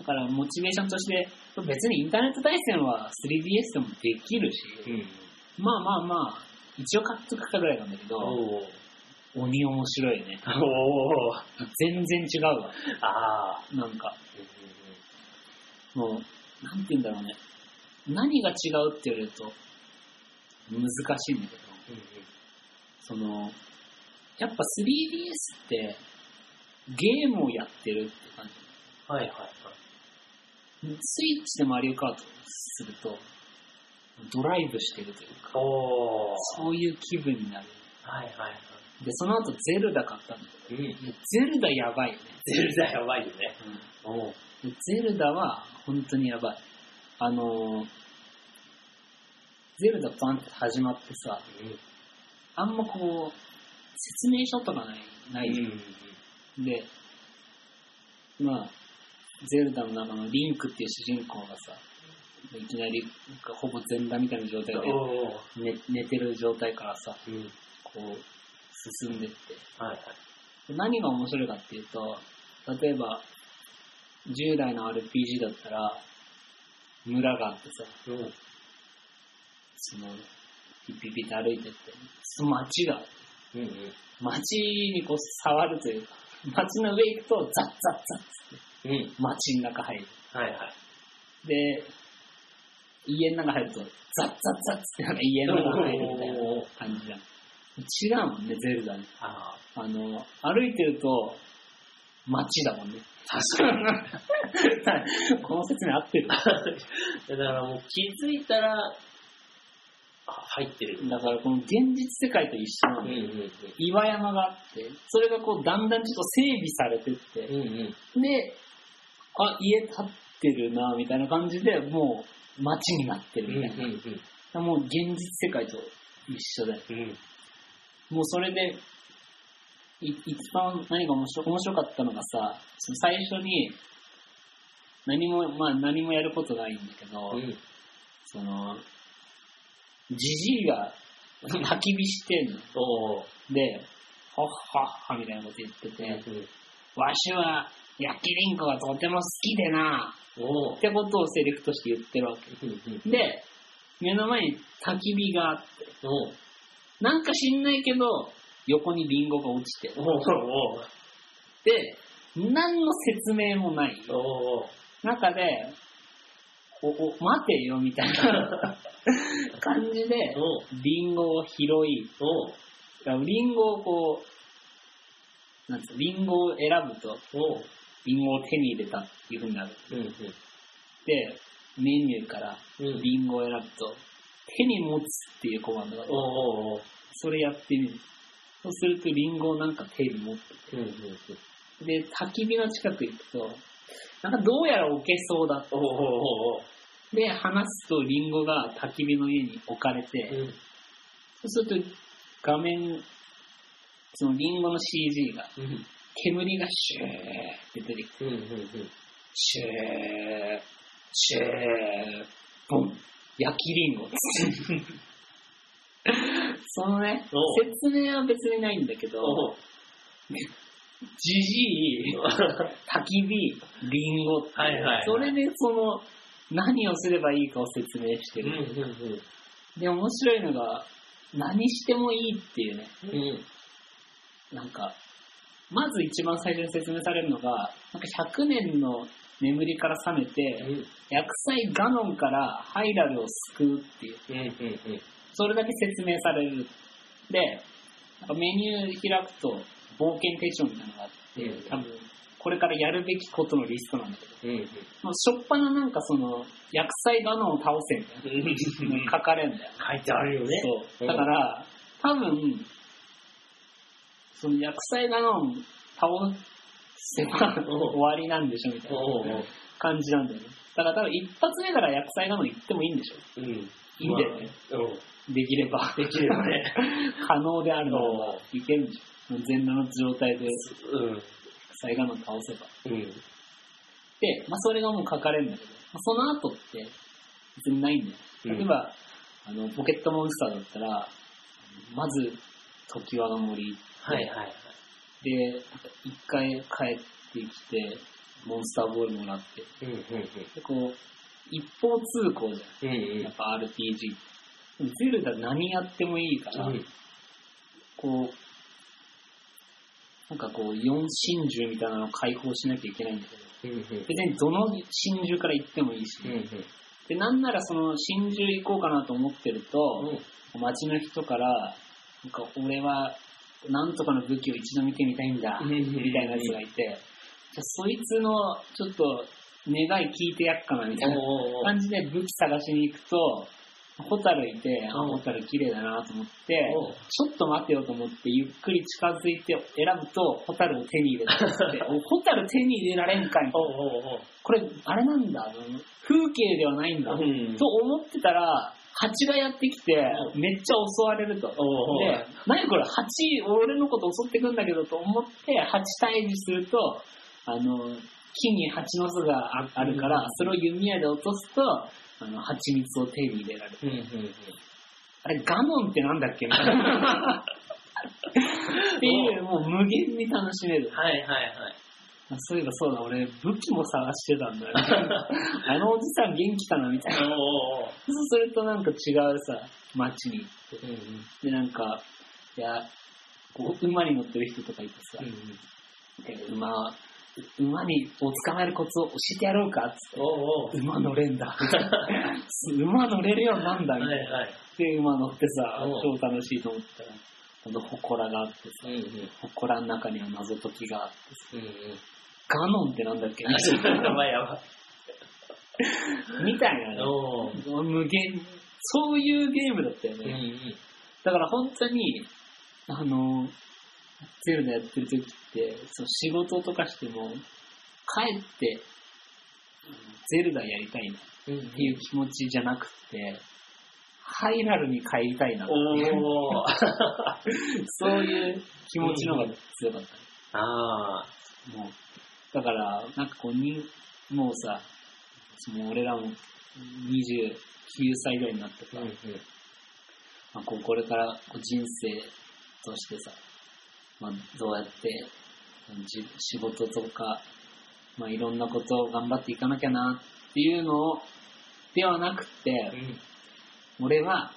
A: だからモチベーションとして、別にインターネット対戦は 3DS でもできるし、
B: うん
A: まあまあまあ、一応買っとくかぐらいなんだけど、
B: おお
A: 鬼面白いね。
B: おお
A: 全然違うわ。
B: ああ
A: なんか、もう、なんて言うんだろうね。何が違うって言われると、難しいんだけど、
B: うんうん
A: その、やっぱ 3DS って、ゲームをやってるって感じ。
B: はいはいはい
A: スイッチでマリオカートすると、ドライブしてるというか、
B: おお
A: そういう気分になる。
B: はいはいはい
A: で、その後ゼルダ買ったんだけ
B: うん
A: ど、もうゼルダやばいよね。
B: ゼルダやばいよねおお
A: でゼルダは本当にやばい。あのーゼルダバンって始まってさ、あんまこう、説明書とかない、な、
B: はいいうん
A: で、まあ、ゼルダの中のリンクっていう主人公がさ、いきなり、なんかほぼ全裸みたいな状態
B: おお
A: で寝寝てる状態からさ、
B: うん
A: こう、進んでって。
B: はいはい
A: 何が面白いかっていうと、例えば、従来の RPG だったら、村があってさ、
B: うん
A: その、ピッピッピッて歩いてって、その街があって、
B: うんうん
A: 街にこう触るというか、街の上行くとザッザッザッつって、
B: うん。
A: 街の中入る。
B: はいはい。
A: で、家の中入ると、ザッザッザッつってなんか家の中入るみたいな
B: おー
A: 感じだ。違うもんね、ゼルダね。
B: あ
A: あの、歩いてると、街だもんね。確 *laughs* かに。この説明合ってる。
B: ーだからもう気づいたら、あ、入ってる。
A: だからこの現実世界と一緒な
B: うんん
A: で、
B: うん
A: 岩山があって、それがこうだんだんちょっと整備されてって、
B: うん。うんうん。
A: で、あ、家建ってるな、みたいな感じで、もう街になってる
B: う
A: み
B: んう
A: たいな。
B: ん
A: もう現実世界と一緒だよ。
B: うん。うん。
A: もうそれで、い一番何が面白面白かったのがさ、その最初に、何も、まあ何もやることないんだけど、
B: うん。
A: その、じじいが *laughs* 焚き火してんの。
B: おー
A: で、ほっはっはみたいなこと言ってて、
B: うんうん
A: わしは焼きりんこがとても好きでな、
B: お
A: っ
B: ー
A: てことをセリフとして言ってるわ
B: うんうん
A: け。で、目の前に焚き火があって、
B: おー
A: なんか知んないけど、横にリンゴが落ちて
B: おーおー
A: で、何の説明もない
B: おー
A: 中で、お、お、待てよみたいな感じで、
B: おー
A: リンゴを拾い、
B: おー
A: リンゴをこう、なんつうの、リンゴを選ぶと、
B: おー
A: リンゴを手に入れたっていう風になる。
B: うんうん
A: で、メニューから
B: うん
A: リンゴを選ぶと、手に持つっていうコマンドがある、
B: おーおー
A: それやってみる。そうするとリンゴをなんか手に持って
B: うんうんうん
A: で、焚き火の近く行くと、なんかどうやら置けそうだ
B: おーおーお
A: と。で、話すとリンゴが焚き火の家に置かれ
B: ー
A: て、
B: うん
A: そうすると画面、そのリンゴの CG が、
B: うん
A: 煙がシューって出てきて、
B: うんうんうん
A: シュー、シュー、ボン、焼きリン
B: *laughs*
A: ゴ。そのね
B: お、
A: 説明は別にないんだけど、
B: おー
A: じじ *laughs* い、焚き火、リンゴって、
B: はいはいはい
A: それでその、何をすればいいかを説明して
B: うん
A: る。
B: うんうん
A: で、面白いのが、何してもいいっていうね、
B: うん
A: なんか、まず一番最初に説明されるのが、なんか100年の眠りから覚めて、薬剤ガノンからハイラルを救うっていう、
B: うんうんうん
A: それだけ説明される。で、なんかメニュー開くと、冒険手帳みたいなのがあって、
B: うん
A: 多分、これからやるべきことのリストなんだけど、
B: うんうん
A: もうしょっぱななんかその、薬剤ガノンを倒せみたいな、書かれるんだよ。
B: 書いてあるよね。
A: そう。だから、多分、その薬剤ガノン倒せば
B: うん
A: 終わりなんでしょみたい
B: おう
A: な感じなんだよね。だから多分一発目から薬剤ガノン行ってもいいんでしょ
B: うん。いいん
A: いいんだよね。できれば。
B: できればね。
A: *laughs* 可能であるなら
B: お
A: ば
B: う
A: いけるんでしょ全裸の状態で薬
B: うん。
A: 剤ガノン倒せば。
B: うん。
A: で、まあ、それがもう書かれるんだけど、まあ、その後って別にないんだよ。
B: うん
A: 例えば、あの、ポケットモンスターだったら、まず、時はの森
B: はいはいはい。
A: で、なんか一回帰ってきて、モンスターボールもらって、
B: うんうん
A: で、こう、一方通行じ
B: うん。
A: ゃん。
B: う
A: やっぱ RPG。ゼルダ何やってもいいから、
B: うん。
A: こう、なんかこう、四真珠みたいなのを解放しなきゃいけないんだけど、
B: うんうん。
A: 別にどの真珠から行ってもいいし、
B: うんうん。
A: で、なんならその真珠行こうかなと思ってると、街の人から、なんか俺はなんとかの武器を一度見てみたいんだ、み
B: み
A: たいなやつがいて、じゃあそいつのちょっと願い聞いてやっかな、みたいな
B: おお
A: 感じで武器探しに行くと、ホタルいて、あ、
B: うん
A: ホタル綺麗だなと思って、
B: お
A: ち
B: う
A: ょっと待てよと思って、ゆっくり近づいて選ぶと、ホタルを手に
B: *laughs*
A: 入れたんですっておホタル手に入れられんかいみたいな
B: おおお
A: これ、あれなんだ、あの風景ではないんだ、
B: うん
A: と思ってたら、蜂がやってきて、めっちゃ襲われると。で
B: おう
A: 何これ、蜂、俺のこと襲ってくんだけどと思って、蜂退治すると、あの、木に蜂の巣がああるから、
B: うん
A: それを弓矢で落とすと、あの、蜂蜜を手に入れられる。
B: うんうん。
A: あれ、ガモンってなんだっけみたい
B: *laughs*
A: な。っていう、もう無限に楽しめる。
B: はいはいはい。
A: あそういえばそうだ、俺、武器も探してたんだよ、
B: *laughs*
A: あのおじさん元気かなみたいな。
B: おお
A: *laughs* そうするとなんか違うさ、街に行
B: うんうん。
A: って。で、なんか、いや、こう、馬に乗ってる人とかいてさ、で馬、馬にを捕まえるコツを教えてやろうかっつっ
B: おうおう
A: て馬乗れんだ *laughs* 馬乗れるようになんだみ
B: は
A: たい
B: い
A: な、
B: はい。
A: で馬乗ってさ
B: うん
A: 超楽しいと思ったらこの祠があってさ
B: うんうん。
A: 祠の中には謎解きがあって
B: うん
A: ガノンってなんだ *laughs* っけ
B: うん。あ、ちょっと名前やばい。
A: みたいなね
B: おう
A: 無限そういうゲームだったよね、
B: うんうん。
A: だから本当に、あの、ゼルダやってる時って、その仕事とかしても、帰って、あのゼルダやりたいなっ
B: うんう
A: ていう気持ちじゃなくて、ハイラルに帰りたいなっていう、
B: おお。
A: そういう気持ちの方が強かったね、
B: ああ。
A: もう、だから、なんかこうに、もうさ、もう俺らも29歳ぐらいになったから、まあ、こうこれからこう人生としてさ、まあ、どうやってじ仕事とか、まあ、いろんなことを頑張っていかなきゃなっていうのをではなくて、
B: うん。
A: 俺は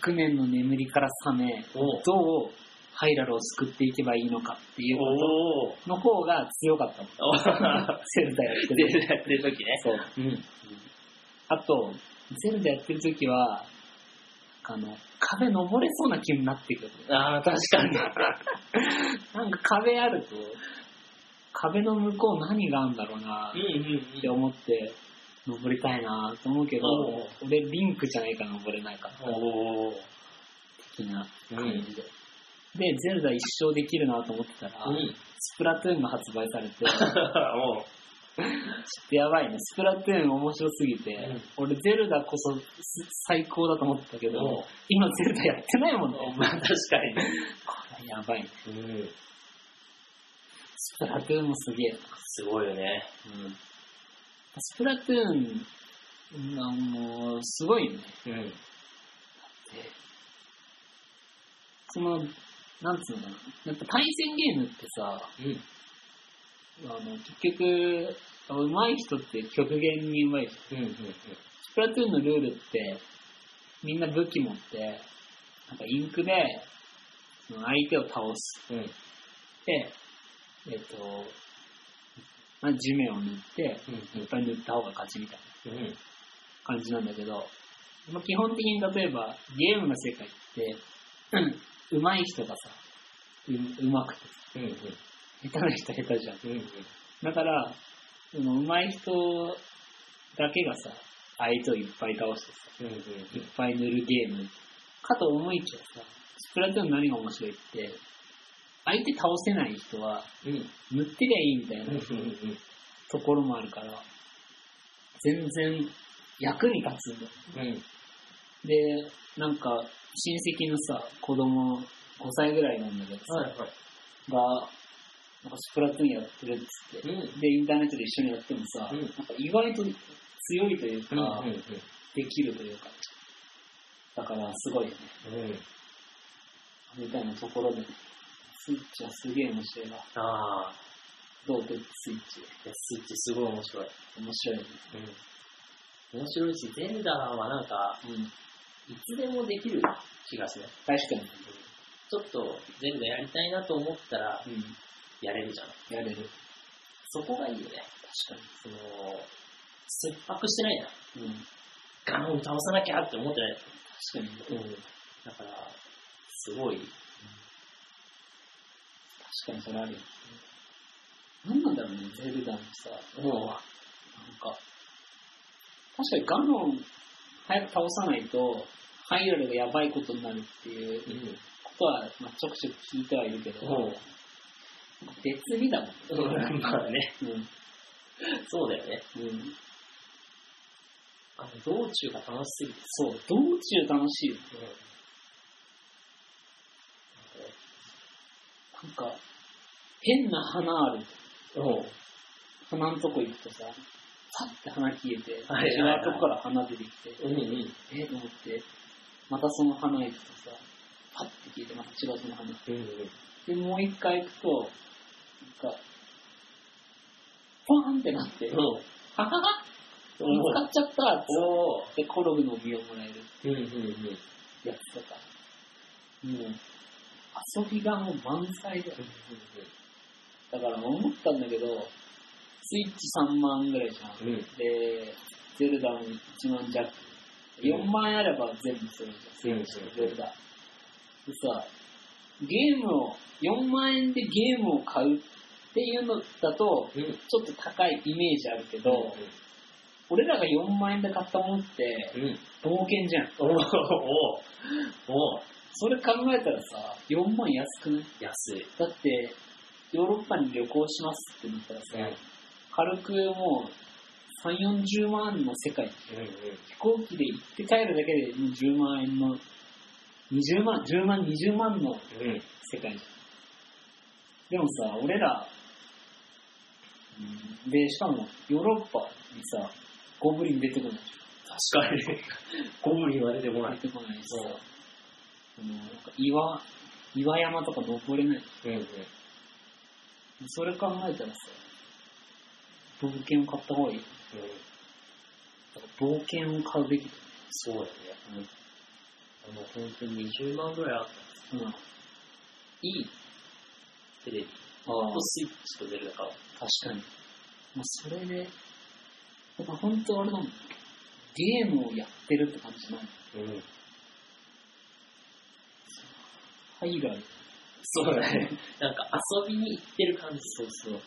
A: 100年の眠りから覚め
B: おう
A: どうハイラルを救っていけばいいのかっていうこ
B: おお。
A: との方が強かったもん
B: おー
A: セルダやって
B: で
A: る
B: やってる時ね。
A: そう
B: うん。
A: あとゼルダやってる時はあの壁登れそうな気になってく
B: *laughs*
A: る
B: ああ、確かに。
A: なんか壁あると、壁の向こう何があるんだろうな
B: うんうん
A: って思って、登りたいなと思うけど
B: おう、
A: 俺リンクじゃないから登れないから、
B: おお。
A: 的な
B: う
A: 感じで。で、ゼルダ一生できるなと思ってたら、
B: うん。
A: スプラトゥーンが発売されて、ちょっ
B: おう
A: とやばいね、スプラトゥーン面白すぎて、
B: うん
A: 俺ゼルダこそす最高だと思ってたけ
B: お
A: ど
B: う、
A: 今ゼルダやってないもんね。
B: まあ確かにね。
A: これやばいね。
B: うん。
A: スプラトゥーンもすげえな。
B: すごいよね。
A: スプラトゥーンがもうすごいよね。
B: うん。
A: でその、なんつうのかな。やっぱ対戦ゲームってさ、
B: うん。
A: あの結局、上手い人って極限に上手い人。
B: うんうんうん。
A: スプラトゥーンのルールって、みんな武器持って、なんかインクで、その相手を倒し
B: うん。
A: て、えっと、まあ、地面を塗って、いっぱい塗った方が勝ちみたいな。
B: うんうん。
A: 感じなんだけど、まあ基本的に例えばゲームの世界って、 *clears throat* うん上手い人がさ、う上手くて
B: うんうん。
A: 下手な人は下手じゃん。
B: うんうん。
A: だから、その上手い人だけがさ、相手をいっぱい倒してさ、
B: うんうん
A: いっぱい塗るゲームかと思いきやさ、スプラトゥーンの何が面白いって、相手倒せない人は
B: うん。うん
A: 塗ってりゃいいみたい
B: うん
A: な
B: うん。
A: ところもあるから、全然役に立つんだよ
B: うん。
A: で、なんか、親戚のさ、子供、5歳ぐらいなんだけどさ、
B: はいはい。
A: が、なんかスプラトゥーンやってるっつって、
B: うん
A: で、インターネットで一緒にやってもさ、
B: うん
A: なんか意外と強いというか、
B: うんうん
A: できるというか、だからすごいよね。
B: うん。うん。
A: みたいなところでね、スイッチはすげえ面白いわ。
B: ああ。
A: どうでスイッチ。
B: いやスイッチすごい面白い。
A: 面白いよね。
B: うん。面白いし、ゼルダはなんか、
A: うん。
B: いつでもできる気がする。
A: 確かにね。
B: ちょっとゼルダやりたいなと思ったら、
A: う
B: やれるじゃん。
A: ん。やれる。
B: そこがいいよね。
A: 確
B: その、切迫してないな。
A: かに。うん。
B: ガンを倒さなきゃって思ってない。
A: 確かにね。
B: ん。だから、すごい。
A: 確かにそれあるよ、ね。なんなんだろうね、ゼルダのさ、
B: もう、
A: なんか、確かにガノン早く倒さないと、ハイラルがやばいことになるっていうことは、まあ、ちょくちょく聞いてはいるけど、
B: うん
A: 別にだもん。
B: うん。まあね、
A: うん。
B: そうだよね。
A: うん。
B: あの、道中が楽しすぎて。
A: そう、道中楽しいよ。
B: うん。
A: なんか、変な花ある。
B: おう
A: 花のとこ行くとさ、パッて花消えて、違う
B: はいはいはい
A: とこから花出てきて、
B: うんうん。
A: えと思って、またその花行くとさ、パッて消えて、また違うその花。
B: うんうん。
A: で、もう一回行くと、なんか、ポーンってなって、は
B: お
A: はは見つかっちゃったっつ
B: お
A: って、コログの実をもらえる
B: うんうんうん。
A: やつとか、もう、遊びがもう満載だよ。だから思ったんだけど、スイッチ3万ぐらいじゃん。
B: うん
A: で、ゼルダも1万弱。4万あれば全部するじゃん、
B: うん
A: スイッチとゼルダ。でさ、ゲームを、4万円でゲームを買うっていうのだと、
B: うん。うん。
A: ちょっと高いイメージあるけど、俺らが4万円で買ったものって、
B: うん。
A: 冒険じゃん。
B: おおおお
A: それ考えたらさ、4万安くない
B: 安い。
A: だって、ヨーロッパに旅行しますってなったらさ、軽くもう3、40万の世界、
B: うんうん。
A: 飛行機で行って帰るだけでもう10万円の、20万、10万、20万の
B: うん。
A: 世界じゃん。でもさ、俺ら、うんで、しかもヨーロッパにさ、ゴブリン出てこないでし
B: 確かに。ゴブリンは出てこ
A: ょ
B: ない。
A: 出てこないし
B: そう
A: さ、あのなんか岩、岩山とか登れない。
B: うんうん。
A: それ考えたらさ、冒険を買った方がいい。だから冒険を買うべきだ
B: そうだね。あの、本当に20万ぐらいあった
A: うん。いい。
B: テレビ。
A: あ
B: あとスイッチと出るだから。
A: 確かに。もうそれで、だから本当あれなんだ。ゲームをやってるって感じない。
B: うん。
A: 海外。
B: そうだね。なんか遊びに行ってる感じ。
A: そうそう。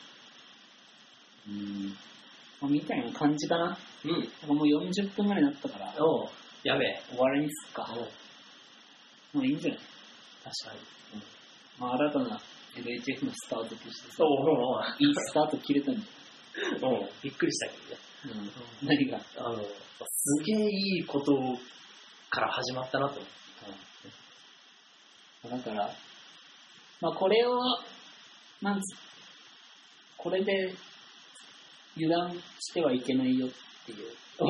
A: うん。まあ、みたいな感じかな。
B: うん。
A: だからもう40分ぐらいになったから、
B: おうやべえ。
A: 終わりにすっか。
B: おう
A: まあいいんじゃない
B: 確かに。
A: まあ新たな LHF のスタートとしてさ
B: そ、う
A: いいスタート切れたんじ
B: おうおうびっくりしたけどね。
A: ゃない、うん、何が
B: あの、すげえいいことから始まったなと思って。
A: だから、まあ、これを、なんつこれで油断してはいけないよっていう
B: おう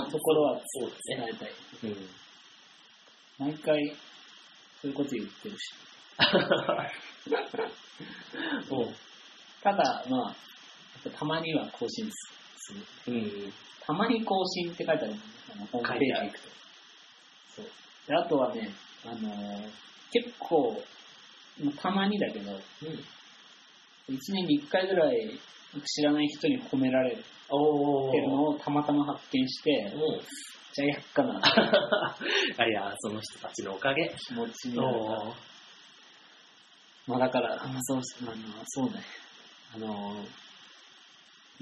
B: おう
A: ところは
B: そうですね
A: 伝えたい。
B: うん。
A: 毎回、そういうこと言ってるし。
B: おう
A: ただ、まあ、やっぱたまには更新する。
B: うん。
A: たまに更新って書いてあるもんね。あのホームページ行くと。そう。で、あとはね、あのー結構、まあたまにだけど、
B: うん。
A: 1年に1回ぐらい知らない人に褒められる
B: お
A: っ
B: お
A: ていうのをたまたま発見して、
B: おう
A: じゃあやっかな、
B: あいや、その人たちのおかげ。
A: 気持ちに
B: お
A: なるから
B: お
A: まあだから、あそうあのそうね、あの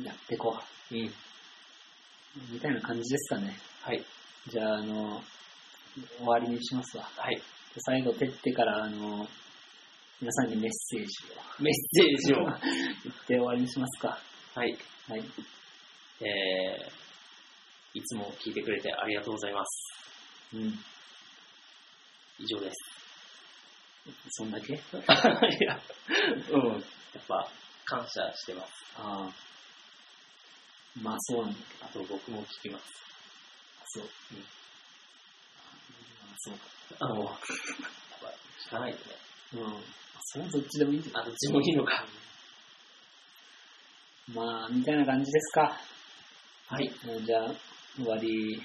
A: やってこ
B: うん。
A: う、みたいな感じですかね。
B: はい。
A: じゃあ、あの終わりにしますわ。
B: はい。
A: 最後、てってから、あの皆さんにメッセージを
B: メッセージを。
A: *laughs* 言って終わりにしますか。
B: はい。
A: はい。
B: えー、いつも聞いてくれてありがとうございます。
A: うん。
B: 以上です。
A: そんだけ
B: *laughs* いや、うん。やっぱ、感謝してます。
A: ああ。まあ、そうなんだけど。
B: あと、僕も聞きます。
A: そう。うん。そうか。
B: あの、やっぱ、聞かないとね。
A: うん。それはどっちでもいいんじゃない
B: あ、どっちもいいのか。
A: まあ、みたいな感じですか。
B: はい。
A: うんじゃあ、終わり。